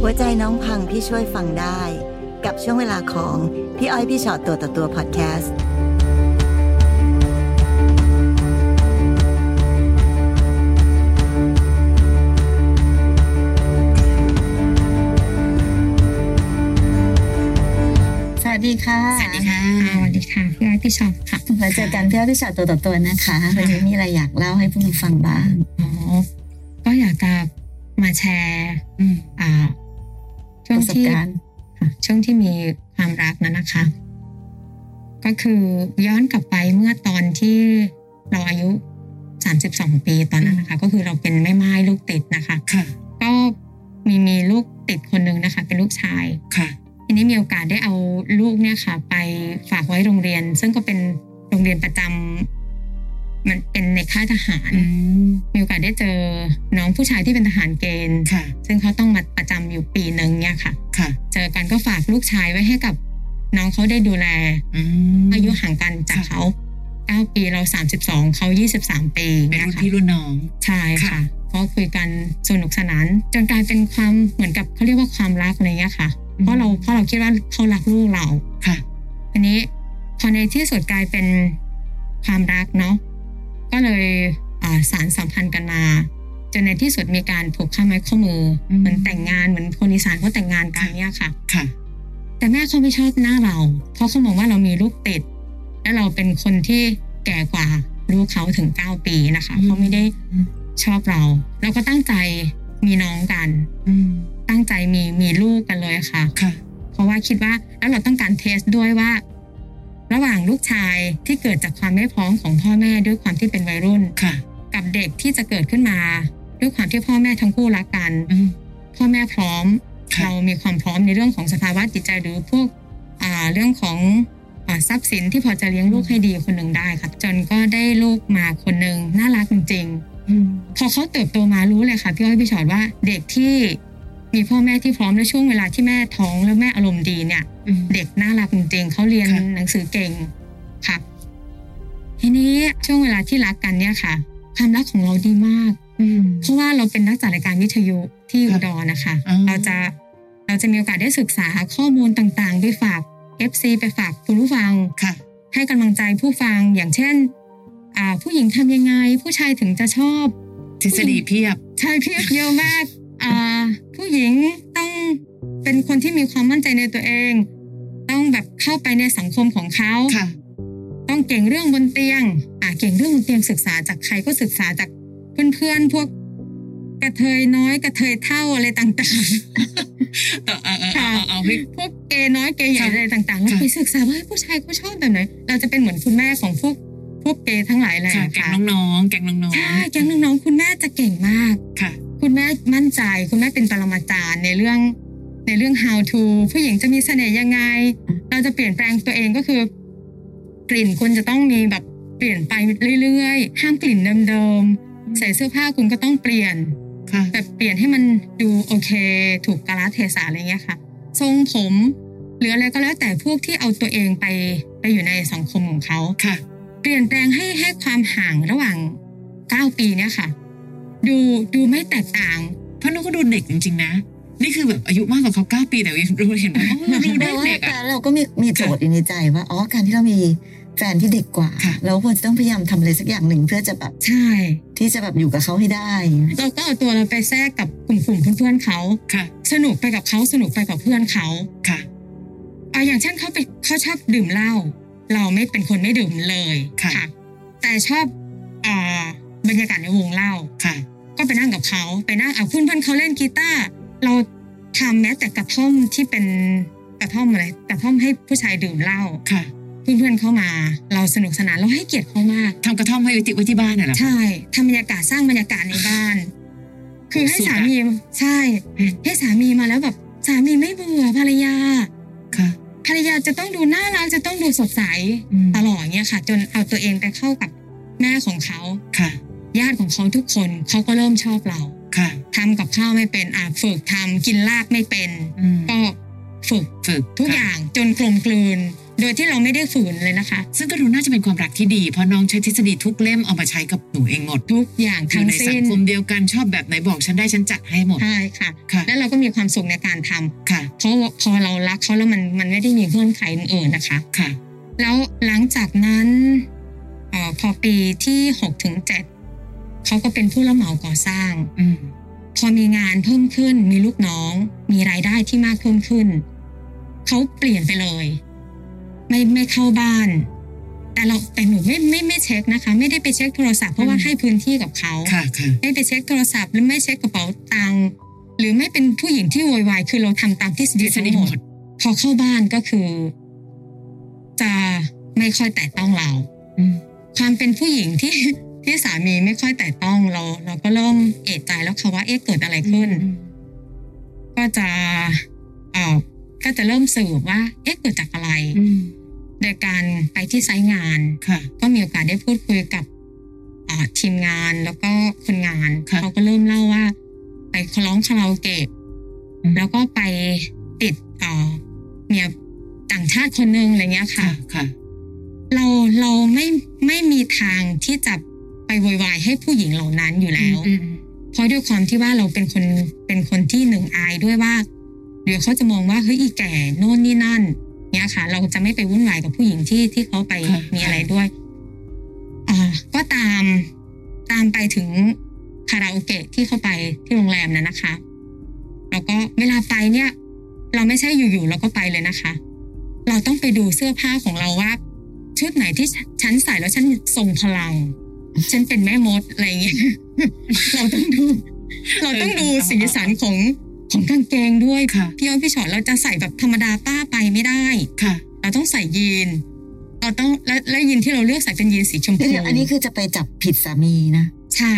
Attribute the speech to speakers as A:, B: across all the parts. A: หัวใจน้องพังพี่ช่วยฟังได้ กับช่วงเวลาของพี่อ้อยพี่ชอตตัวต่อตัวพอดแคสต์ สวัสดีค่ะ
B: สวัสดีค่ะสวัสดีค่ะพี่อ้อยพี่ชอบค่ะ
A: มาเจอกันพี่อ้อยพี่ชอตตัวต่อตัวนะคะวันนี้มีอะไรอยากเล่าให้ผู้ฟังบ้าง
B: อ๋อก็อยากจะมาแชร์อ่าช่วงที่
A: ประสบการณ์
B: ค่ะช่วงที่มีความรักนั้นนะคะ ก็คือย้อนกลับไปเมื่อตอนที่เราอายุ 32 ปีตอนนั้นนะคะ ก็คือเราเป็นแม่ไม้ลูกติดนะคะ
C: ค่ะ
B: ก็มีมีลูกติดคนหนึ่งนะคะ เป็นลูกชาย
C: ค่ะ
B: ทีนี้มีโอกาสได้เอาลูกเนี่ยค่ะ ไปฝากไว้โรงเรียน ซึ่งก็เป็นโรงเรียนประจำมันเป็นในค่ายทหาร
C: อืม
B: มีโอกาสได้เจอน้องผู้ชายที่เป็นทหารเกณฑ์
C: ค่ะ
B: ซึ่งเขาต้องมาประจำอยู่ปีหนึ่งเนี่ยค่ะ
C: ค่ะ
B: เจอกันก็ฝากลูกชายไว้ให้กับน้องเขาได้ดูแล
C: อืม
B: อายุห่างกันจากเขา9ปีเรา 32เขา23 ปี
C: เป็น
B: เนี่ย
C: รุ่น
B: ค่ะ
C: พี่รุ่นน้อง
B: ใช่ค่ะ
C: ค่ะ
B: ก็คุยกันสนุกสนาน จนกลายเป็นความเหมือนกับเขาเรียกว่าความรักอะไรเงี้ยค่ะ เพราะเราเพราะเราคิดว่าเขารักลูกเรา
C: ค่ะ
B: ทีนี้พอในที่สุดกลายเป็นความรักเนาะก็เลยอ่าสารสัมพันธ์กันมา จนในที่สุดมีการผูกข้อไม้ข้อมืออ
C: ม
B: เหมือนแต่งงานเหมือนคนอีสานเขาแต่งงานกันเนี่ยค่ะ
C: ค่ะ
B: แต่แม่เขาไม่ชอบหน้าเรา เพราะเขามองว่าเรามีลูกติด และเราเป็นคนที่แก่กว่าลูกเขาถึงเก้าปีนะคะ
C: อืม
B: เขาไม่ได้ชอบเรา เราก็ตั้งใจมีน้องกัน
C: อืม
B: ตั้งใจมีมีลูกกันเลยค่ะ
C: ค่ะ
B: เพราะว่าคิดว่าแล้วเราต้องการเทสด้วยว่า ระหว่างลูกชายที่เกิดจากความไม่พร้อมของพ่อแม่ด้วยความที่เป็นวัยรุ่น
C: ค่ะ
B: กับเด็กที่จะเกิดขึ้นมาด้วยความที่พ่อแม่ทั้งคู่รักกัน
C: อืม
B: พ่อแม่พร้อม
C: ค่ะ
B: เรามีความพร้อมในเรื่องของสภาวะจิตใจหรือพวกอ่าเรื่องของอ่าทรัพย์สินที่พอจะเลี้ยงลูกให้ดีคนหนึ่งได้ค่ะจนก็ได้ลูกมาคนหนึ่งน่ารักจริง
C: อืม
B: ๆพอเขาเติบโตมารู้เลยค่ะพี่อ้อยพี่ชอดว่าเด็กที่มีพ่อแม่ที่พร้อมและช่วงเวลาที่แม่ท้องแล้วแม่อารมณ์ดีเนี่ย
C: อืม
B: เด็กน่ารักจริงๆเขาเรียน
C: ค่ะ
B: หนังสือเก่งค่ะ ทีนี้ช่วงเวลาที่รักกันเนี่ยค่ะ ความรักของเราดีมาก
C: อืม
B: เพราะว่าเราเป็นนักจัดรายการวิทยุที่อุดรนะคะ
C: อ่า
B: เราจะเราจะมีโอกาสได้ศึกษาข้อมูลต่างๆ ไปฝาก FC ไปฝากคุณผู้ฟัง
C: ค่ะ
B: ให้กำลังใจผู้ฟังอย่างเช่น อ่า ผู้หญิงทำยังไง ผู้ชายถึงจะชอบ
C: ทฤษฎีเพียบ
B: ใช่เพียบเยอะมาก อ่า ผู้หญิงต้องเป็นคนที่มีความมั่นใจในตัวเอง ต้องแบบเข้าไปในสังคมของเขา
C: ค่ะ
B: ต้องเก่งเรื่องบนเตียง อ่า เก่งเรื่องบนเตียงศึกษาจากใครก็ศึกษาจากเพื่อนๆ พวกกระเทยน้อยกระเทยเท่าอะไรต่าง
C: เออเออเออเอาเอาให้
B: ๆ พวกเกย์น้อยเกย์ใหญ่
C: ค่ะ
B: อะไรต่างๆแล้ว
C: ค่ะ
B: ไปศึกษาว่าผู้ชายเขาชอบแบบไหน เราจะเป็นเหมือนคุณแม่ของพวกพวกเกย์ทั้งหลายแหละ
C: ค่ะ แกงน้องๆ แกงน้อง
B: ใช่
C: ๆ
B: แก๊งน้องๆคุณแม่จะเก่งมาก
C: ค่ะ
B: คุณแม่มั่นใจ คุณแม่เป็นปรมาจารย์ในเรื่องในเรื่อง how to ผู้หญิงจะมีเสน่ห์ยังไง เราจะเปลี่ยนแปลงตัวเองก็คือ กลิ่นคุณจะต้องมีแบบเปลี่ยนไปเรื่อยๆ ห้ามกลิ่นเดิมๆ ใส่เสื้อผ้าคุณก็ต้องเปลี่ยน
C: ค่ะ
B: แบบเปลี่ยนให้มันดูโอเค ถูกกาลเทศะอะไรเงี้ยค่ะ ทรงผมหรืออะไรก็แล้วแต่พวกที่เอาตัวเองไปไปอยู่ในสังคมของเขา
C: ค่ะ
B: เปลี่ยนแปลงให้ให้ความห่างระหว่าง 9 ปีเนี่ยค่ะ ดูดูไม่แตกต่าง
C: เพราะน้องก็ดูเด็กจริงๆ นะ นี่คือแบบอายุมากกว่าเขาเก้าปีแต่ยังดูเห็น ว่าอ๋อดู
A: แปลว่า
C: เด็กเด็ก
A: แต่
C: อ่ะ
A: เราก็มีมีโจทย์อยู่ในใจว่าอ๋อการที่เรามีแฟนที่เด็กกว่า
C: ค่ะ
A: เราควรจะต้องพยายามทำอะไรสักอย่างหนึ่งเพื่อจะแบบ
B: ใช่
A: ที่จะแบบอยู่กับเขาให้ได้
B: เราก็เอาตัวเราไปแทรกกับกลุ่มกลุ่มๆเพื่อนๆเขา
C: ค่ะ
B: สนุกไปกับเขาสนุกไปกับเพื่อนเขา
C: ค่ะ
B: เอาอย่างเช่นเขาไปเขาชอบดื่มเหล้าเราไม่เป็นคนไม่ดื่มเลย
C: ค่ะ
B: แต่ชอบอ่าบรรยากาศในวงเหล้า
C: ค่ะ
B: ก็ไปนั่งกับเขาไปนั่งเอาเพื่อนเพื่อนๆเขาเล่นกีตาร์เราทำแม้แต่กระท่อมที่เป็นกระท่อมอะไรกระท่อมให้ผู้ชายดื่มเหล้า
C: ค่ะ
B: เพื่อนเพื่อนๆเข้ามา เราสนุกสนานเราให้เกียรติเขามาก
C: ทำกระท่อมให้ไว้ที่ไว้ที่บ้านน่ะเหรอ
B: ใช่ทำบรรยากาศสร้างบรรยากาศในบ้าน คือให้
C: สุดอะ
B: สามีใช่
C: อืม
B: ให้สามีมาแล้วแบบสามีไม่เบื่อภรรยา
C: ค่ะ
B: ภรรยาจะต้องดูน่ารักจะต้องดูสดใส
C: อืม
B: ตลอดเนี่ยค่ะ จนเอาตัวเองไปเข้ากับแม่ของเขา
C: ค่ะ
B: ญาติของเขาทุกคนเขาก็เริ่มชอบเรา
C: ค่ะ
B: ทำกับข้าวไม่เป็นอ่ะฝึกทำกินลาบไม่เป็น
C: อืม
B: ก็ฝึก
C: ฝึก
B: ทุกอย่างจนกลมกลืน โดยที่เราไม่ได้ฝืนเลยนะคะ
C: ซึ่งก็ดูน่าจะเป็นความรักที่ดี เพราะน้องใช้ทฤษฎีทุกเล่มเอามาใช้กับหนูเองหมด
B: ทุกอย่าง
C: อ
B: ทั้
C: ยู่
B: ง
C: ในสั
B: สิ้
C: ง
B: น
C: คมเดียวกันชอบแบบไหนบอกฉันได้ฉันจัดให้หมด
B: ใช่ค่ะ
C: ค่ะ
B: แล้วเราก็มีความสุขในการทำ
C: ค่ะ
B: เพราะว่าพอเรารักเขาแล้วมันมันไม่ได้มีเงื่อนไขอื่นๆนะคะ
C: ค่ะ
B: แล้วหลังจากนั้นเออพอปีที่6ถึง7เขาก็เป็นผู้รับเหมาก่อสร้าง
C: อืม
B: พอมีงานเพิ่มขึ้น มีลูกน้อง มีรายได้ที่มากเพิ่มขึ้น เขาเปลี่ยนไปเลย ไม่ไม่เข้าบ้าน แต่เราแต่หนูไม่ไม่ไม่เช็คนะคะ ไม่ได้ไปเช็คโทรศัพท์เพราะว่า
C: อืม
B: ให้พื้นที่กับเขา
C: ค่ะ ค่ะ
B: ไม่ไปเช็คโทรศัพท์หรือไม่เช็คกระเป๋าตังค์หรือไม่เป็นผู้หญิงที่โวยวายคือเราทำตามที่ส
C: ทฤ
B: ติ
C: ษฎี
B: ห
C: ห
B: ม
C: ม
B: ด
C: ด
B: พอเข้าบ้านก็คือ จะไม่ค่อยแตะต้องเรา
C: อืม
B: ความเป็นผู้หญิงที่ ที่สามีไม่ค่อยแตะต้องเรา เราก็เริ่มเอะใจแล้วค่ะว่าเอ๊ะเกิดอะไรขึ้น ก็จะเอ่อก็จะเริ่มสืบว่า เอ๊ะเกิดจากอะไร
C: อืม
B: โดยการไปที่ไซต์งาน
C: ค่ะ
B: ก็มีโอกาสได้พูดคุยกับเอ่อทีมงานแล้วก็คนงาน
C: ค่ะ
B: เขาก็เริ่มเล่าว่า ไปร้องคาราโอเกะ
C: อืม
B: แล้วก็ไปติดเอ่อเมียต่างชาติคนหนึ่งอะไรเงี้ย
C: ค่ะ
B: ค่ะ
C: ค่ะ
B: เราเราไม่ไม่มีทางที่จะไปโวยวายให้ผู้หญิงเหล่านั้นอยู่แล้ว
C: อืมอืม
B: เพราะด้วยความที่ว่าเราเป็นคนเป็นคนที่หนึ่งอายด้วยว่าเดี๋ยวเขาจะมองว่าเฮ้ยอีแก่โน่นนี่นั่นเนี่ยค่ะ เราจะไม่ไปวุ่นวายกับผู้หญิงที่ที่เขาไปมีอะไรด้วยอ่าก็ตามตามไปถึงคาราโอเกะที่เขาไปที่โรงแรมนั้นนะคะ แล้วก็เวลาไปเนี่ย เราไม่ใช่อยู่ๆเราก็ไปเลยนะคะ เราต้องไปดูเสื้อผ้าของเราว่า ชุดไหนที่ฉันใส่แล้วฉันทรงพลัง ฉันเป็นแม่มดอะไรอย่างเงี้ย เราต้องดู เราต้องดูสีสันของของกางเกงด้วย
C: ค่ะ
B: พี่อ้อยพี่ชอตเราจะใส่แบบธรรมดาป้าไปไม่ได้
C: ค่ะ
B: เราต้องใส่ยีนเราต้องและและยีนที่เราเลือกใส่เป็นยีนสีชมพู
D: เดี๋ยวๆอันนี้คือจะไปจับผิดสามีนะ
B: ใช่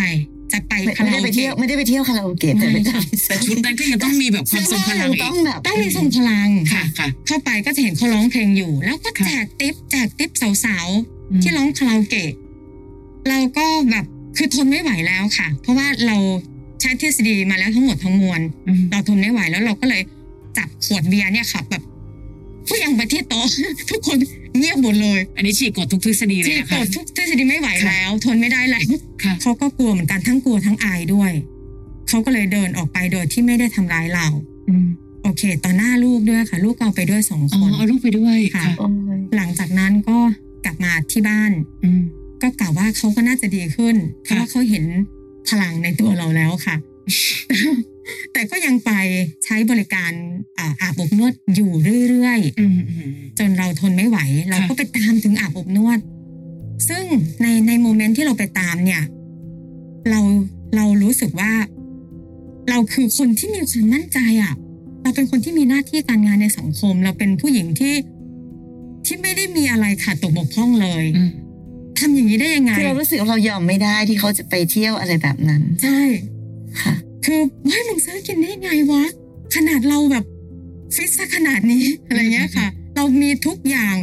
B: จะไป
D: ไม่
B: คา
D: ไม่
B: รา
D: ได้
B: โอ
D: ไปเที่ยว
B: เกะ
D: ไม่ได้ไปเที่ยวคาราโอเกะแต่
B: ไม่
D: ไปจับ
B: ค่ะ
D: ผิดสา
C: แต่ชุ
D: มี
C: ดนั้นก็ยังต้องมีแบบความทรงพลั
D: เสื้อ
C: ง
D: ผ้าเรา
C: อี
D: ต้
C: ก
D: องแบบ
B: ต้องมีทรงพลัง
C: ค่ะ ค่ะ
B: เข้าไปก็จะเห็นเขาร้องเพลงอยู่ แล้วก็
C: ค่ะ
B: แจกติ๊บแจกติ๊บสาวๆ ที่ร้องคาราโอเกะเราก็แบบคือทนไม่ไหวแล้วค่ะ เพราะว่าเราใช้ทฤษฎีมาแล้วทั้งหมดทั้งมวล
C: อืม
B: เราทนไม่ไหวแล้วเราก็เลยจับขวดเบียร์เนี่ยค่ะแบบผู้ยังไปที่โต๊ะ ทุกคนเงียบหมดเลย
C: อันนี้ฉีกกดทุกทฤษฎีเลย
B: ที่
C: นะ
B: ก
C: คะ
B: ดทุกทฤษฎีไม่ไหวแล้ว ทนไม่ได้แล้ว
C: ค่ะ
B: เขาก็กลัวเหมือนกันทั้งกลัวทั้งอายด้วยเขาก็เลยเดินออกไปโดยที่ไม่ได้ทำร้ายเรา
C: อืม
B: โอเคต่อหน้าลูกด้วยค่ะ ลูกก็เอาไปด้วยสอง
C: อ๋
B: ค
C: อน เอาลูกไปด้วย
B: ค่ะ
D: โอ้ย
B: หลังจากนั้นก็กลับมาที่บ้าน
C: อืม
B: ก็กล่าวว่าเขาก็น่าจะดีขึ้น เพ
C: ค่ะ
B: ราะว่าเขาเห็นพลังในตัวเราแล้วค่ะ แต่ก็ยังไปใช้บริการอาอาบอบนวดอยู่เรื่อย
C: อืมอืม
B: ๆ จนเราทนไม่ไหว เราก็ไปตามถึงอาบอบนวด ซึ่งในในโมเมนต์ที่เราไปตามเนี่ย เราเรารู้สึกว่า เราคือคนที่มีความมั่นใจอ่ะ เราเป็นคนที่มีหน้าที่การงานในสังคม เราเป็นผู้หญิงที่ที่ไม่ได้มีอะไรขาดตกบกพร่องเลย
C: อืม
B: ทำอย่างนี้ได้ยังไง
D: คือเรารู้สึกว่าเรายอมไม่ได้ที่เขาจะไปเที่ยวอะไรแบบนั้น
B: ใช่
D: ค่ะ
B: คือเฮ้ยมึงซื้อกินได้ไงวะ ขนาดเราแบบฟิตซะขนาดนี้ อะไรเงี้ยค่ะ เรามีทุกอย่าง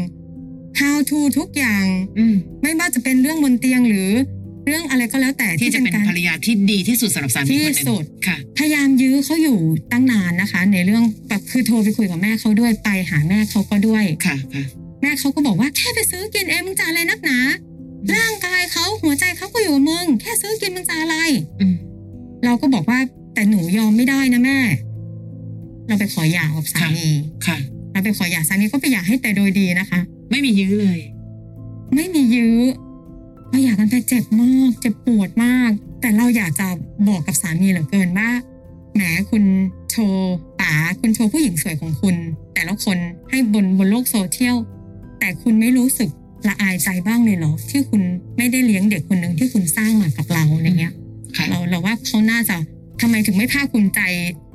B: how to ทุกอย่าง
C: อืม
B: ไม่ว่าจะเป็นเรื่องบนเตียงหรือเรื่องอะไรก็แล้วแต่
C: ที่จะเป็น
B: การ
C: ภรรยาที่ดีที่สุดสำหรับสามีคนหนึ่ง
B: ที่สุด
C: ค่ะ
B: พยายามยื้อเขาอยู่ตั้งนานนะคะ ในเรื่องแบบคือโทรไปคุยกับแม่เขาด้วยไปหาแม่เขาก็ด้วย
C: ค่ะ ค่ะ
B: แม่เขาก็บอกว่าแค่ไปซื้อกินเองมึงจะอะไรนักหนาร่างกายเขาหัวใจเขาก็อยู่กับมึงแค่ซื้อกินมึงจะอะไร
C: อืม
B: เราก็บอกว่าแต่หนูยอมไม่ได้นะแม่ เราไปขอหย่ากับสามี
C: ค่ะ
B: เราไปขอหย่าสามีก็ไปหย่าให้แต่โดยดีนะคะ
C: ไม่มียื้อเลย
B: ไม่มียื้อพอหย่ากันไปเจ็บมากเจ็บปวดมาก แต่เราอยากจะบอกกับสามีเหลือเกินว่าแหมคุณโชว์ป๋าคุณโชว์ผู้หญิงสวยของคุณ แต่ละคนให้บนบนโลกโซเชียลแต่คุณไม่รู้สึกละอายใจบ้างเลยเหรอที่คุณไม่ได้เลี้ยงเด็กคนหนึ่งที่คุณสร้างมากับเราอะไรเงี้ย
C: ค่ะ
B: เราเราว่าเขาน่าจะทำไมถึงไม่ภาคภูมิใจ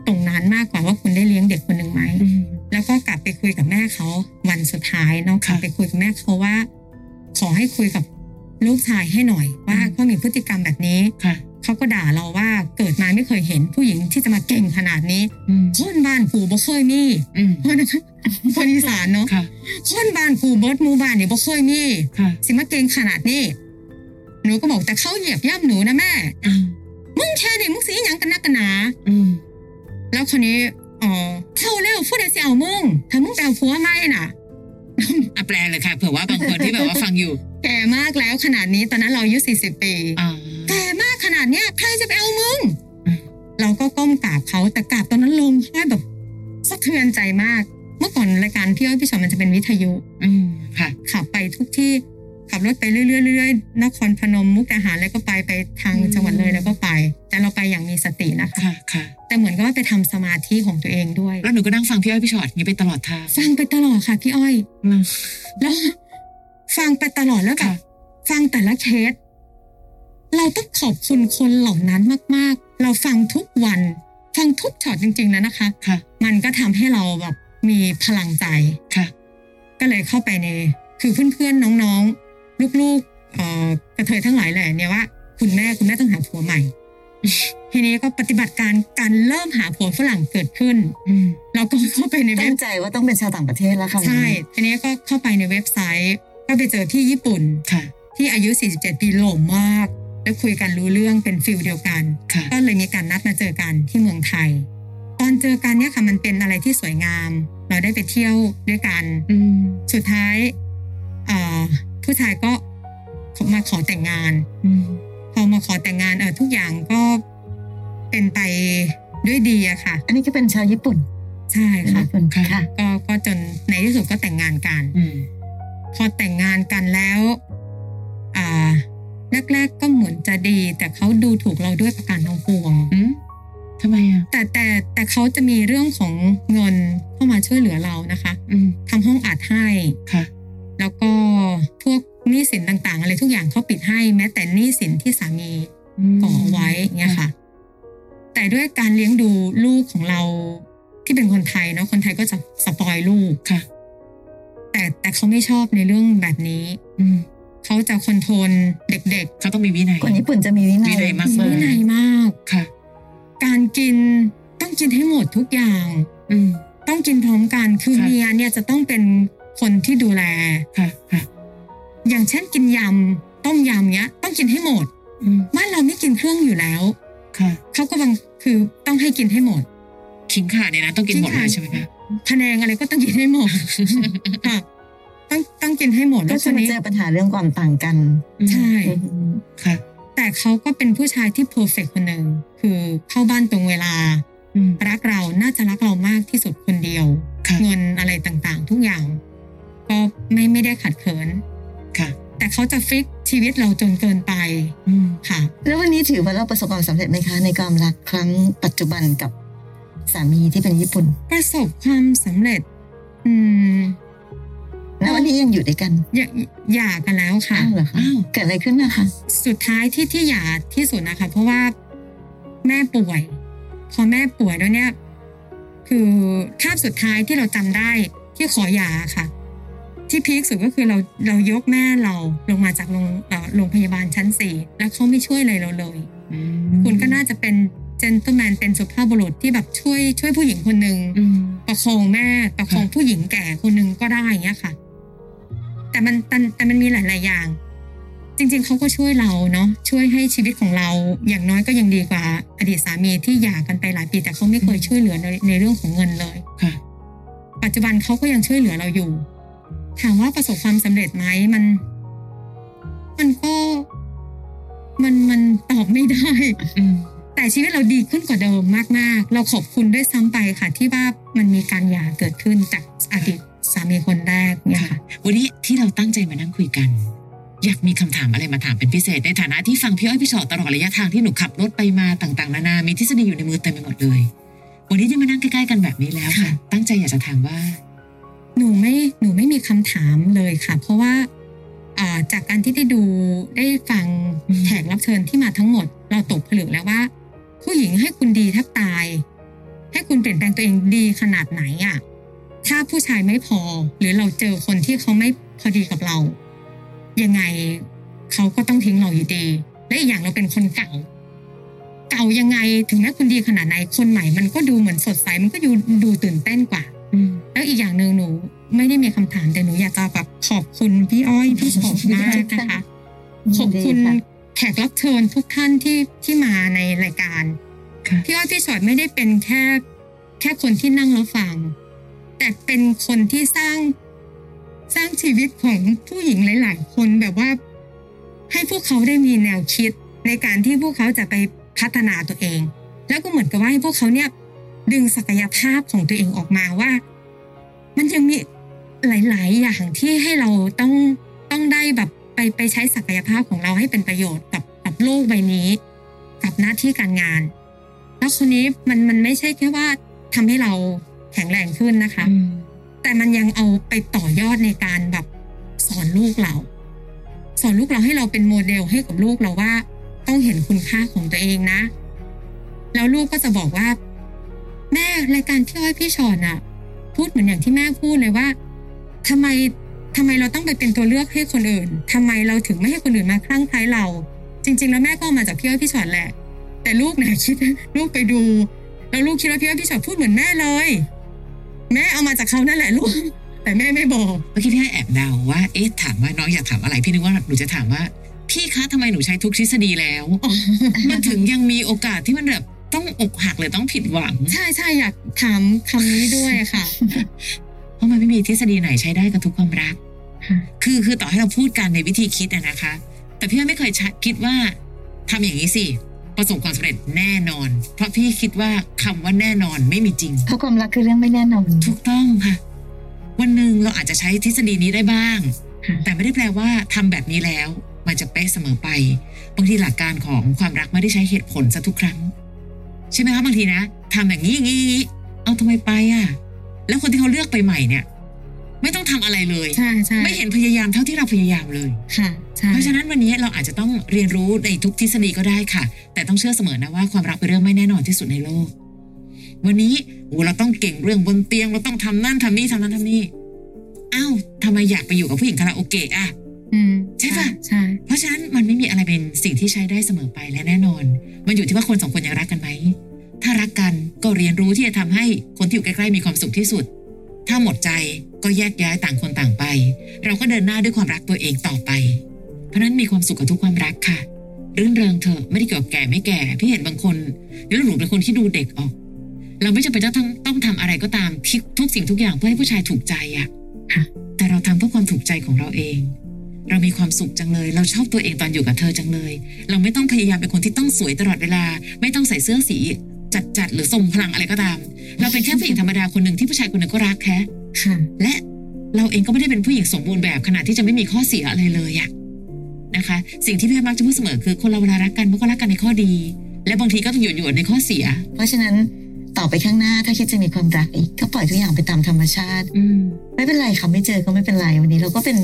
B: ตรงนั้นมากกว่าว่าคุณได้เลี้ยงเด็กคนหนึ่งไหม
C: อืม
B: แล้วก็กลับไปคุยกับแม่เขาวันสุดท้ายเนาะก
C: ค่ะ
B: ลับไปคุยกับแม่เขาว่า ขอให้คุยกับลูกชายให้หน่อย ว่า
C: อืม
B: เขามีพฤติกรรมแบบนี้
C: ค่ะ
B: เขาก็ด่าเราว่าเกิดมาไม่เคยเห็นผู้หญิงที่จะมาเก่งขนาดนี้
C: อืม
B: คนบ้านกูบ่เคยมี
C: อืม
B: เพราะนะคะคนอีสานเนาะ
C: ค่ะ
B: คนบ้านกูเบิดหมูบ้านเนี่ยบ่เคยมี
C: ค่ะ
B: สิมาเก่งขนาดนี้หนูก็บอกแต่เขาเหยียบย่ำหนูนะแม่
C: อืม
B: มึงแค่นี้มึงสีหยังกันนักกันหนา
C: อืม
B: แล้วคนนี้เออเท่าเร็วพูดได้สิเอามึงถ้ามึงแปลผัวไม่น่ะ
C: อ่ะแปลเลยค่ะเผื่อว่าบางคนที่แบบว่าฟังอยู่
B: แก่มากแล้วขนาดนี้ตอนนั้นเราอายุ40 ปี
C: อ่า
B: แก่มากขนาดเนี้ยใครจะไปเอามึง
C: อืม
B: เราก็ก้มกราบเขาแต่กราบตอนนั้นลงไห้แบบสะเทือนใจมาก เมื่อก่อนรายการพี่อ้อยพี่ชอตมันจะเป็นวิทยุ
C: อืมค่ะ
B: ขับไปทุกที่ขับรถไปเรื่อยๆเรื่อยๆนครพนมมุกดาหารแล้วก็ไปไปทาง
C: อืม
B: จังหวัดเลยแล้วก็ไป แต่เราไปอย่างมีสตินะคะ
C: ค่ะค่ะ
B: แต่เหมือนกับว่าไปทำสมาธิของตัวเองด้วย
C: แล้วหนูก็นั่งฟังพี่อ้อยพี่ชอตอย่างนี้ไปตลอดทาง
B: ฟังไปตลอดค่ะพี่อ้อย
C: อืม
B: แล้วฟังไปตลอดแล้วแบบ
C: ค่ะ
B: ฟังแต่ละเคส เราต้องขอบคุณคนเหล่านั้นมาก ๆ เราฟังทุกวัน ฟังทุกช็อตจริง ๆนะนะคะ
C: ค่ะ
B: มันก็ทำให้เราแบบมีพลังใจ
C: ค่ะ
B: ก็เลยเข้าไปใน คือเพื่อนๆน้องๆ ลูกๆเอ่อกระเทยทั้งหลายแหละเนี่ยว่า คุณแม่คุณแม่ต้องหาผัวใหม่ ทีนี้ก็ปฏิบัติการการเริ่มหาผัวฝรั่งเกิดขึ้น
C: อืม
B: เราก็เข้าไปในเว็
D: ตั้
B: บ
D: งใจว่าต้องเป็นชาวต่างประเทศแล้วค่ะ
B: ใช่ทีนี้ก็เข้าไปในเว็บไซต์ ก็ไปเจอที่ญี่ปุ่น
C: ค่ะ
B: ที่อายุ 47 ปีหล่มมาก แล้วคุยกันรู้เรื่องเป็นฟิลเดียวกัน
C: ค่ะ
B: ก็เลยมีการนัดมาเจอกันที่เมืองไทย ตอนเจอกันเนี่ยค่ะมันเป็นอะไรที่สวยงาม เราได้ไปเที่ยวด้วยกัน
C: อืม
B: สุดท้ายเอ่อผู้ชายก็มาขอแต่งงาน
C: อืม
B: พอมาขอแต่งงานเออทุกอย่างก็เป็นไปด้วยดีอะค่ะ
D: อันนี้ก็เป็นชาวญี่ปุ่น
B: ใช่
D: เป็น
B: ค่ะ
D: ญี่ปุ่นค่ะ
B: ก็ก็จนในที่สุดก็แต่งงานกัน
C: อืม
B: พอแต่งงานกันแล้ว อ่า แรก ๆ ก็เหมือนจะดี แต่เขาดูถูกเราด้วยประการทั้งปวง
C: อืมทำไมอ่ะ
B: แต่แต่แต่เขาจะมีเรื่องของเงินเข้ามาช่วยเหลือเรานะคะ
C: อืม
B: ทำห้องอัดให้
C: ค่ะ
B: แล้วก็พวกหนี้สินต่างๆ อะไรทุกอย่างเขาปิดให้แม้แต่หนี้สินที่สามีก่อเอาไว้อย่างเงี้ยค่ะ แต่ด้วยการเลี้ยงดูลูกของเราที่เป็นคนไทยเนาะคนไทยก็จะสปอยลูก
C: ค่ะ
B: แต่แต่เขาไม่ชอบในเรื่องแบบนี้
C: อืม
B: เขาจะคอนโทรลเด็ก
C: เขาต้องมีวินัย
D: คนญี่ปุ่นจะมีวินัย
C: วินัยมาก
B: ๆวินัยมาก
C: ค่ะ
B: การกินต้องกินให้หมดทุกอย่าง
C: อืม
B: ต้องกินพร้อมกันคือ
C: ค่ะ
B: เมียเนี่ยจะต้องเป็นคนที่ดูแล
C: ค่ะค่ะ
B: อย่างเช่นกินยำต้มยำเนี้ย ต้องกินให้หมด
C: อืม
B: บ้านเราไม่กินเครื่องอยู่แล้ว
C: ค่ะ
B: เขาก็บังคือต้องให้กินให้หมด
C: ขิงข่าเนี่ยนะต้องกินหมดเลยใช่ไหมคะ
B: พะแนงอะไรก็ต้องกินให้หมด ค่ะต้องต้องกินให้หมด
D: ก็
B: แล้ว
D: จะ
B: ที
D: มา
B: นี้
D: เจอปัญหาเรื่องความต่างกัน
B: ใช่
C: ค่ะ
B: แต่เขาก็เป็นผู้ชายที่เพอร์เฟกคนหนึ่งคือเข้าบ้านตรงเวลา
C: อืม
B: รักเราน่าจะรักเรามากที่สุดคนเดียว
C: ค่ะ
B: เงินอะไรต่างๆ ทุกอย่าง ก็ไม่ไม่ได้ขัดเขิน
C: ค่ะ
B: แต่เขาจะฟิกชีวิตเราจนเกินไป
C: อืม
B: ค่ะ
D: แล้ววันนี้ถือว่าเราประสบความสำเร็จไหมคะ ในความรักครั้งปัจจุบันกับสามีที่เป็นญี่ปุ่น
B: ประสบความสำเร็จ อืม
D: ณวันนี้ยังอยู่ด้วยกัน
B: อย่าหย่ากันแล้วค่ะ
D: อ้าวเหรอคะ
C: อ้าว
D: เกิดอะไรขึ้นนะคะ
B: สุดท้ายที่ที่หย่าที่สุดนะคะ เพราะว่าแม่ป่วย พอแม่ป่วยแล้วเนี่ย คือภาพสุดท้ายที่เราจำได้ที่ขอหย่าค่ะ ที่พีคสุดก็คือเราเรายกแม่เราลงมาจากโรงเอ่อโรงพยาบาลชั้นสี่แล้วเขาไม่ช่วยอะไรเราเลย
C: อืม
B: คุณก็น่าจะเป็นเจน t l e m แมนเป็นสุภาพบุรุษที่แบบช่วยช่วยผู้หญิงคนหนึ่ง
C: อืม
B: ประคองแม่ประคองผู้หญิงแก่คนหนึ่งก็ได้อย่างเงี้ยค่ะ แต่มันแต่แต่มันมีหลาย ๆ อย่าง จริง ๆเขาก็ช่วยเราเนาะช่วยให้ชีวิตของเราอย่างน้อยก็ยังดีกว่า อดีตสามีที่หย่ากันไปหลายปี แต่เขาไม่เคย
C: อืม
B: ช่วยเหลือในในเรื่องของเงินเลย
C: ค่ะ
B: ปัจจุบันเขาก็ยังช่วยเหลือเราอยู่ ถามว่าประสบความสำเร็จไหมมัน มันก็ มันมันตอบไม่ได้
C: อืม
B: แต่ชีวิตเราดีขึ้นกว่าเดิมมาก ๆ เราขอบคุณด้วยซ้ำไปค่ะ ที่ว่ามันมีการหย่าเกิดขึ้นจากอดีตสามีคนแรกเนี่ยค่ะ
C: วันนี้ที่เราตั้งใจมานั่งคุยกัน อยากมีคำถามอะไรมาถามเป็นพิเศษในฐานะที่ฟังพี่อ้อยพี่ชอตตลอดระยะทางที่หนูขับรถไปมาต่างๆนานา มีทฤษฎีอยู่ในมือเต็มไปหมดเลย วันนี้ที่มานั่งใกล้ๆกันแบบนี้แล้วค่ะ
B: ค่ะ
C: ตั้งใจอยากจะถามว่า
B: หนูไม่หนูไม่มีคำถามเลยค่ะ เพราะว่าอ่าจากการที่ได้ดูได้ฟัง
C: อืม
B: แขกรับเชิญที่มาทั้งหมด เราตกผลึกแล้วว่า ผู้หญิงให้คุณดีแทบตาย ให้คุณเปลี่ยนแปลงตัวเองดีขนาดไหนอะถ้าผู้ชายไม่พอ หรือเราเจอคนที่เขาไม่พอดีกับเรา ยังไงเขาก็ต้องทิ้งเราอยู่ดี และอีกอย่างเราเป็นคนเก่า เก่ายังไงถึงแม้คุณดีขนาดไหนคนใหม่ มันก็ดูเหมือนสดใสมันก็ดูดูตื่นเต้นกว่า
C: อืม
B: แล้วอีกอย่างหนึ่งหนูไม่ได้มีคำถามแต่หนูอยากจะแบบขอบคุณพี่อ้อยพี่ชมมากนะคะ ขอบคุณแขกรับเชิญทุกท่านที่ที่มาในรายการ
C: ค่ะ
B: พี่อ้อยพี่ชอตไม่ได้เป็นแค่แค่คนที่นั่งแล้วฟัง แต่เป็นคนที่สร้าง สร้างชีวิตของผู้หญิงหลาย ๆ คนแบบว่า ให้พวกเขาได้มีแนวคิด ในการที่พวกเขาจะไปพัฒนาตัวเอง แล้วก็เหมือนกับว่าให้พวกเขาเนี่ยดึงศักยภาพของตัวเองออกมาว่า มันยังมีหลาย ๆ อย่างที่ให้เราต้องต้องได้แบบไปไปใช้ศักยภาพของเราให้เป็นประโยชน์กับกับโลกใบนี้ กับหน้าที่การงาน แล้วคนนี้มันมันไม่ใช่แค่ว่าทำให้เราแข็งแรงขึ้นนะคะ
C: อืม
B: แต่มันยังเอาไปต่อยอดในการแบบสอนลูกเรา สอนลูกเราให้เราเป็นโมเดลให้กับลูกเราว่า ต้องเห็นคุณค่าของตัวเองนะ แล้วลูกก็จะบอกว่า แม่รายการพี่อ้อยพี่ชอนอะพูดเหมือนอย่างที่แม่พูดเลยว่าทำไมทำไมเราต้องไปเป็นตัวเลือกให้คนอื่นทำไมเราถึงไม่ให้คนอื่นมาคลั่งไคล้เรา จริง ๆ แล้วแม่ก็เอามาจากพี่อ้อยพี่ชอนแหละ แต่ลูกเนี่ยคิด ลูกไปดู แล้วลูกคิดว่าพี่อ้อยพี่ชอนพูดเหมือนแม่เลย แม่เอามาจากเขานั่นแหละลูก แต่แม่ไม่บอก
C: เมื่อกี้พี่ให้แอบเดาว่า เอ๊ะถามว่าน้องอยากถามอะไร พี่นึกว่าหนูจะถามว่า พี่คะทำไมหนูใช้ทุกทฤษฎีแล้ว มันถึงยังมีโอกาสที่มันแบบต้องอกหักหรือต้องผิดหวัง
B: ใช่ใช่อยากถามคำนี้ด้วยค่ะ
C: เพราะมันไม่มีทฤษฎีไหนใช้ได้กับทุกความรัก
D: ค่ะ
C: คือคือต่อให้เราพูดกันในวิธีคิดอะนะคะ แต่พี่ไม่เคยคิดว่าทำอย่างนี้สิ ประสบความสำเร็จแน่นอน เพราะพี่คิดว่าคำว่าแน่นอนไม่มีจริง
D: เพราะความรักคือเรื่องไม่แน่นอน
C: ถูกต้องค่ะ วันหนึ่งเราอาจจะใช้ทฤษฎีนี้ได้บ้าง
D: ค่ะ
C: แต่ไม่ได้แปลว่าทำแบบนี้แล้ว มันจะเป๊ะเสมอไป บางทีหลักการของความรักไม่ได้ใช้เหตุผลซะทุกครั้ง ใช่ไหมคะบางทีนะทำอย่างนี้อย่างนี้อย่างนี้เอาทำไมไปอ่ะ แล้วคนที่เขาเลือกไปใหม่เนี่ย ไม่ต้องทำอะไรเลย
B: ใช่ใช่
C: ไม่เห็นพยายามเท่าที่เราพยายามเลย
B: ค่ะใช่
C: เพราะฉะนั้นวันนี้เราอาจจะต้องเรียนรู้ในทุกทฤษฎีก็ได้ค่ะ แต่ต้องเชื่อเสมอนะว่าความรักเป็นเรื่องไม่แน่นอนที่สุดในโลก วันนี้โอ้เราต้องเก่งเรื่องบนเตียง เราต้องทำนั่นทำนี่ทำนั้นทำนี่อ้าวทำไมอยากไปอยู่กับผู้หญิงคาราโอเกะอ่ะ
B: อืม
C: ใช่ปะ
B: ใช่
C: เพราะฉะนั้นมันไม่มีอะไรเป็นสิ่งที่ใช้ได้เสมอไปและแน่นอน มันอยู่ที่ว่าคนสองคนยังรักกันไหม ถ้ารักกันก็เรียนรู้ที่จะทำให้คนที่อยู่ใกล้ๆมีความสุขที่สุด ถ้าหมดใจก็แยกย้ายต่างคนต่างไป เราก็เดินหน้าด้วยความรักตัวเองต่อไป เพราะฉะนั้นมีความสุขกับทุกความรักค่ะ รื่นเริงเถอะไม่ได้เกี่ยวกับแก่ไม่แก่ พี่เห็นบางคนแล้วหนูเป็นคนที่ดูเด็กออก เราไม่จำเป็นต้องต้องทำอะไรก็ตามที่ทุกสิ่งทุกอย่างเพื่อให้ผู้ชายถูกใจอะ
D: ค่ะ
C: แต่เราทำเพื่อความถูกใจของเราเอง เรามีความสุขจังเลย เราชอบตัวเองตอนอยู่กับเธอจังเลย เราไม่ต้องพยายามเป็นคนที่ต้องสวยตลอดเวลา ไม่ต้องใส่เสื้อสีจัดๆหรือทรงพลังอะไรก็ตาม เราเป็นแค่ผู้หญิงธรรมดาคนหนึ่งที่ผู้ชายคนหนึ่งก็รักแค่
D: ค่ะ
C: และเราเองก็ไม่ได้เป็นผู้หญิงสมบูรณ์แบบขนาดที่จะไม่มีข้อเสียอะไรเลยอะนะคะ สิ่งที่พี่มักจะพูดเสมอคือคนเราเวลารักกันมันก็รักกันในข้อดี และบางทีก็ต้องหยุดหยุดในข้อเสีย
D: เพราะฉะนั้นต่อไปข้างหน้าถ้าคิดจะมีความรักอีกก็ปล่อยทุกอย่างไปตามธรรมชาติ
C: อืม
D: ไม่เป็นไรค่ะไม่เจอก็ไม่เป็นไรวันนี้ เราก็เป็น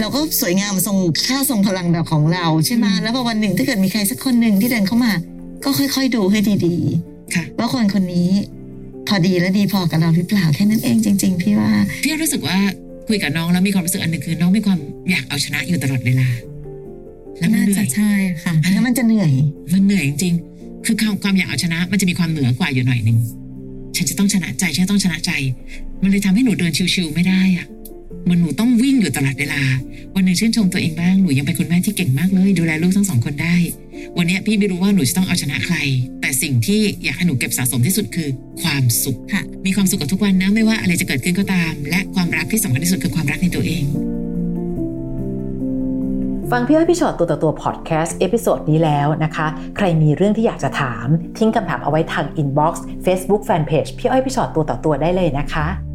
D: เราก็สวยงามทรงค่าทรงพลังแบบของเราใช่ไหมแล้วพอวันหนึ่งถ้าเกิดมีใครสักคนหนึ่งที่เดินเข้ามา ก็ค่อย ๆ ดูให้ดี
C: ค่ะ
D: ๆ ว่าคนคนนี้ พอดีและดีพอกับเราหรือเปล่าแค่นั้นเองจริง ๆ พี่ว่า
C: พี่รู้สึกว่าคุยกับน้องแล้วมีความรู้สึกอันหนึ่งคือน้องมีความอยากเอาชนะอยู่ตลอดเวลา และมัน
B: น่า
C: เหนื่
B: จะ
C: อย
B: ใช่ค่ะ
D: แล้วมันจะเหนื่อย
C: มันเหนื่อยจริงๆ คือความความอยากเอาชนะ มันจะมีความเหนือกว่าอยู่หน่อยหนึ่ง ฉันจะต้องชนะใจ ฉันจะต้องชนะใจ มันเลยทำให้หนูเดินชิวๆไม่ได้อะเหมันหนูต้องวิ่งอยู่ตลอดเวลา วันหนึ่งชื่นชมตัวเองบ้าง หนูยังเป็นคุณแม่ที่เก่งมากเลย ดูแลลูกทั้งสองคนได้ วันเนี้ยพี่ไม่รู้ว่าหนูจะต้องเอาชนะใคร แต่สิ่งที่อยากให้หนูเก็บสะสมที่สุดคือ ความสุข
B: ค่ะ
C: มีความสุขกับทุกวันนะ ไม่ว่าอะไรจะเกิดขึ้นก็ตาม และความรักที่สำคัญที่สุดคือความรักในตัวเอง
E: ฟังพี่อ้อยพี่ชอตตัวต่อตัวพอดแคสต์เอพิโซดนี้แล้วนะคะ ใครมีเรื่องที่อยากจะถาม ทิ้งคำถามเอาไว้ทางอินบ็อกซ์เฟซบุ๊กแฟนเพจพี่อ้อยพี่ชอตตัวต่อตัวได้เลยนะคะ